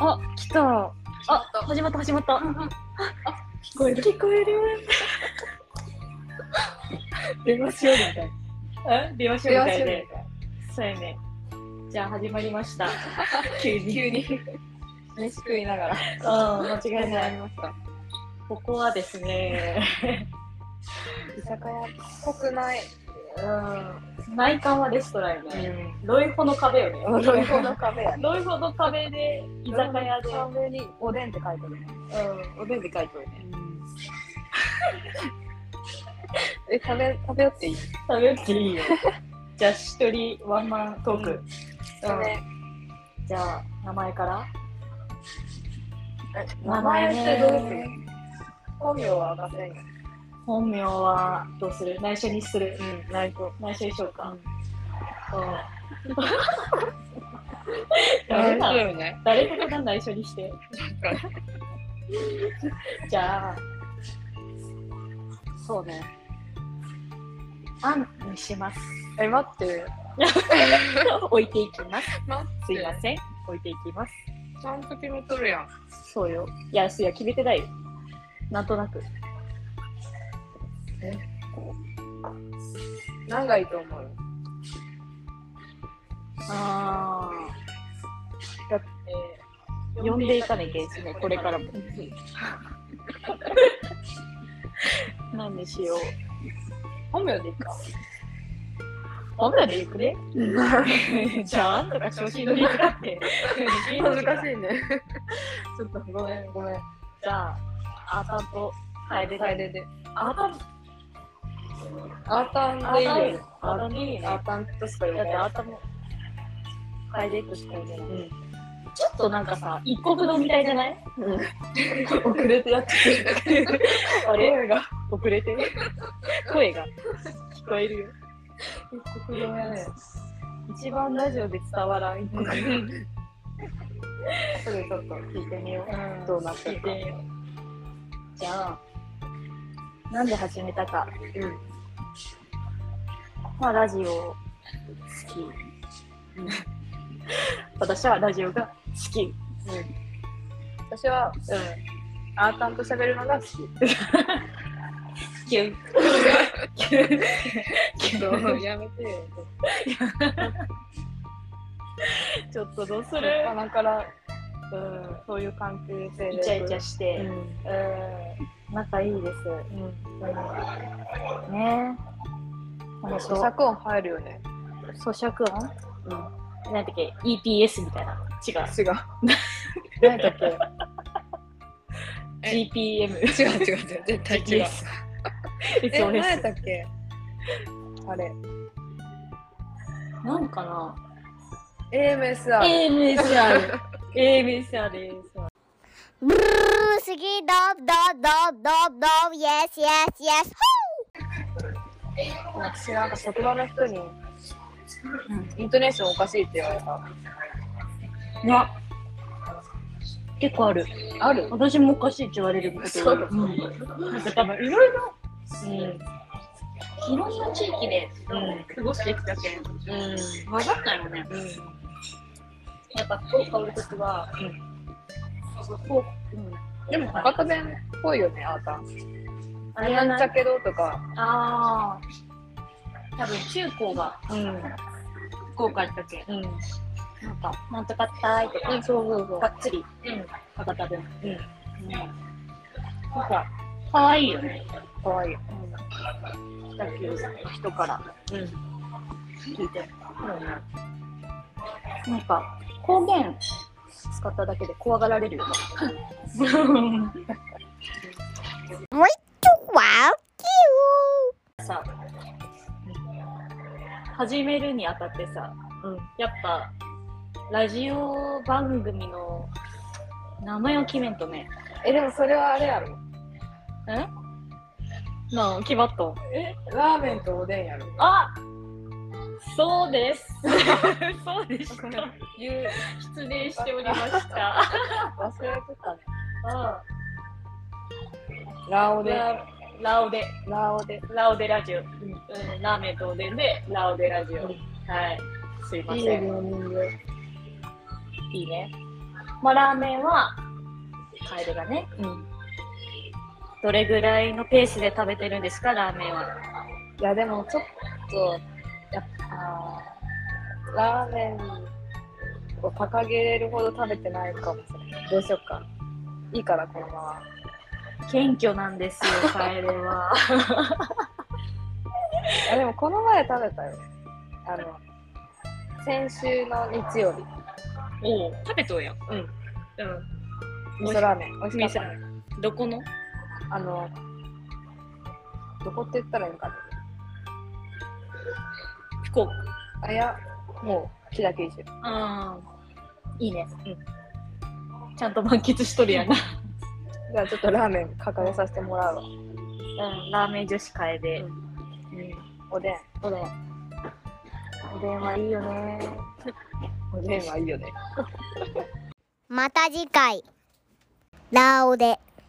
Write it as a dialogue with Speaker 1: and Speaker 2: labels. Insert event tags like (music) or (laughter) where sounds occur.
Speaker 1: あ、来た。あ、始まった、始まった。
Speaker 2: 聞こえる
Speaker 1: 聞こえる。
Speaker 2: 電話しようみたい
Speaker 1: うん、電話しようみたいで。そうやね。じゃあ、始まりました。急に。
Speaker 2: 急に飯食いながら
Speaker 1: うん、間
Speaker 2: 間
Speaker 1: 違いない。
Speaker 2: ました
Speaker 1: ここはですね。
Speaker 2: 居酒屋っぽくない
Speaker 1: うん。内観はレストランやね。
Speaker 2: ん
Speaker 1: ロイホの壁よね。
Speaker 2: ロイホの壁や
Speaker 1: ロイホの壁で、居酒屋で。
Speaker 2: 壁におでんって書いてるね
Speaker 1: う
Speaker 2: おでんって書いてるねえ食べ食べよっていい
Speaker 1: 食べっていいよ。じゃあ、一人ワンマントーク。うんじゃあ、名前から。名
Speaker 2: 名
Speaker 1: 前っ
Speaker 2: 前ってて
Speaker 1: ど
Speaker 2: ど
Speaker 1: う
Speaker 2: う
Speaker 1: す
Speaker 2: す
Speaker 1: る
Speaker 2: る本名は明かせん
Speaker 1: 本名はどうする内緒にする。
Speaker 2: うん内緒
Speaker 1: 内緒にしようか。 (laughs) 誰
Speaker 2: 内緒
Speaker 1: か、
Speaker 2: よね
Speaker 1: 誰かが内緒にして。じゃあ、
Speaker 2: そうね
Speaker 1: あんにします。 (laughs)
Speaker 2: え待って
Speaker 1: 置いていきます。
Speaker 2: 待
Speaker 1: すいません。置いていきます。
Speaker 2: ちゃんと決めとるやん
Speaker 1: そうよ。いや、すや、決めてないよ。なんとなく。
Speaker 2: 何がいいと思う
Speaker 1: あ
Speaker 2: だって
Speaker 1: あ、呼んでいかなきゃいけないですね、これからも。何にしよう。
Speaker 2: 本名でいいか
Speaker 1: 本名で行くね。
Speaker 2: 恥
Speaker 1: (laughs) じゃあ、とか調子乗りやがって。
Speaker 2: ずかしいねちょっとごめんごめん
Speaker 1: じゃあ、アータンと楓
Speaker 2: 楓
Speaker 1: で。
Speaker 2: で
Speaker 1: アータン
Speaker 2: アータン
Speaker 1: ア
Speaker 2: で
Speaker 1: ータン
Speaker 2: いい
Speaker 1: いい
Speaker 2: よ
Speaker 1: アータンでいいね。だっ
Speaker 2: アータンとしか呼
Speaker 1: て
Speaker 2: ば
Speaker 1: ア
Speaker 2: ない
Speaker 1: ータンも楓としか呼べない。
Speaker 2: うん
Speaker 1: ちょっとなんかさ、一国堂みたいじゃない
Speaker 2: 遅れてやってくれた
Speaker 1: あれ
Speaker 2: 声が
Speaker 1: 遅れてる。声が聞こえるよ。
Speaker 2: 国道やね
Speaker 1: 一番ラジオで伝わらん一国堂。
Speaker 2: それちょっと聞いてみよ
Speaker 1: うん
Speaker 2: どうなってるか
Speaker 1: 聞いようじゃあなんで始めたか
Speaker 2: ううん
Speaker 1: まあラジオ好き、私はラジオが好き
Speaker 2: 私はうんアータンと喋るのが好き
Speaker 1: キュンキ
Speaker 2: ど
Speaker 1: ュ
Speaker 2: う
Speaker 1: ン
Speaker 2: やめてよ
Speaker 1: ちょっとどうす
Speaker 2: そ
Speaker 1: る
Speaker 2: れ鼻からうんそういう関係性で
Speaker 1: イチャイチャ
Speaker 2: し
Speaker 1: して、
Speaker 2: て
Speaker 1: うん
Speaker 2: ん
Speaker 1: 仲いいです、
Speaker 2: うん
Speaker 1: うん、ねえ
Speaker 2: 咀
Speaker 1: 咀
Speaker 2: 嚼音入るよね
Speaker 1: 嚼音、うん、なんだっけ EPS みたいな違う
Speaker 2: 違う何だっけ
Speaker 1: GPM
Speaker 2: 違う違う違う絶対違う
Speaker 1: GPS
Speaker 2: え何やっ
Speaker 1: SOS
Speaker 2: たっけあれ
Speaker 1: なんかな
Speaker 2: AMSR
Speaker 1: AMSR AMSR です。
Speaker 3: Brrr, sige, dop, dop, dop, dop, dop, yes, yes, yes.
Speaker 2: 私なんか職場の人に、イントネーションおかしいって言われた
Speaker 1: な結構ある
Speaker 2: ある
Speaker 1: 私もおかしいって言われること
Speaker 2: そ
Speaker 1: が
Speaker 2: う
Speaker 1: うん、なんか多分いろいろいろんな地域で、
Speaker 2: うん
Speaker 1: 過ごしてきたけん
Speaker 2: う
Speaker 1: 分かんないよね
Speaker 2: んうん
Speaker 1: やっぱ福岡おるときは、こううん、
Speaker 2: でも博多弁っぽいよねあーたん
Speaker 1: あれや
Speaker 2: なん
Speaker 1: な
Speaker 2: ちゃけどとか
Speaker 1: あー多分中高が
Speaker 2: うん
Speaker 1: 福岡行ったけん
Speaker 2: うん
Speaker 1: なんかなんとかったーいとか、
Speaker 2: そうそうそ
Speaker 1: がっつり
Speaker 2: ううん
Speaker 1: 博多弁
Speaker 2: うん
Speaker 1: うんなんか、かわいいよね。
Speaker 2: かわいい
Speaker 1: だけど、人から
Speaker 2: うん
Speaker 1: 聞いて。なんか、方言使っただけで怖がられるよね。
Speaker 3: Oh, Wow, cute.
Speaker 1: さ、始めるにあたってさ、
Speaker 2: うん
Speaker 1: やっぱ、ラジオ番組の名前を決めんとね。
Speaker 2: えでもそれはあれやろ
Speaker 1: んなあ、決まったん。
Speaker 2: えラーメンとおでんやろ
Speaker 1: あそうです。 (laughs) そうでし
Speaker 2: ご
Speaker 1: た
Speaker 2: め。ん言う
Speaker 1: 失礼しておりました。
Speaker 2: (laughs) 忘れてたね
Speaker 1: うん
Speaker 2: ラオで
Speaker 1: ララオデ、
Speaker 2: ラオで
Speaker 1: ラオデラジオ、うん、ラーメンとおでんでラオデラジオ、
Speaker 2: うん
Speaker 1: はい、すいま
Speaker 2: いい
Speaker 1: せん、
Speaker 2: 病人で
Speaker 1: いいね。まあ、ラーメンはカエルがね、うん、どれぐらいのペースで食べてるんですかラーメンはい
Speaker 2: やでもちょっとやっぱラーメンを掲げれるほど食べてないかもしれないどうしよっかいいからこのま
Speaker 1: 謙虚なんですよカエルは
Speaker 2: まあでもこの前食べたよあの先週の日曜日
Speaker 1: (laughs) おお食べとうやん
Speaker 2: うん
Speaker 1: う
Speaker 2: 味噌ラーメン美味しかっ
Speaker 1: んどこの
Speaker 2: たあのどこって言ったらいいのかな
Speaker 1: 福岡
Speaker 2: あいやもう木田九州
Speaker 1: ああいいね、うん、ちゃんと満喫しとるやんな、
Speaker 2: じゃあちょっとラーメン掲げさせてもらうわ
Speaker 1: うん、ラーメン女子会で、
Speaker 2: う
Speaker 1: うんん
Speaker 2: おでん
Speaker 1: おでんおでんはいいよね
Speaker 2: おでんはいいよね
Speaker 3: また次回ラオで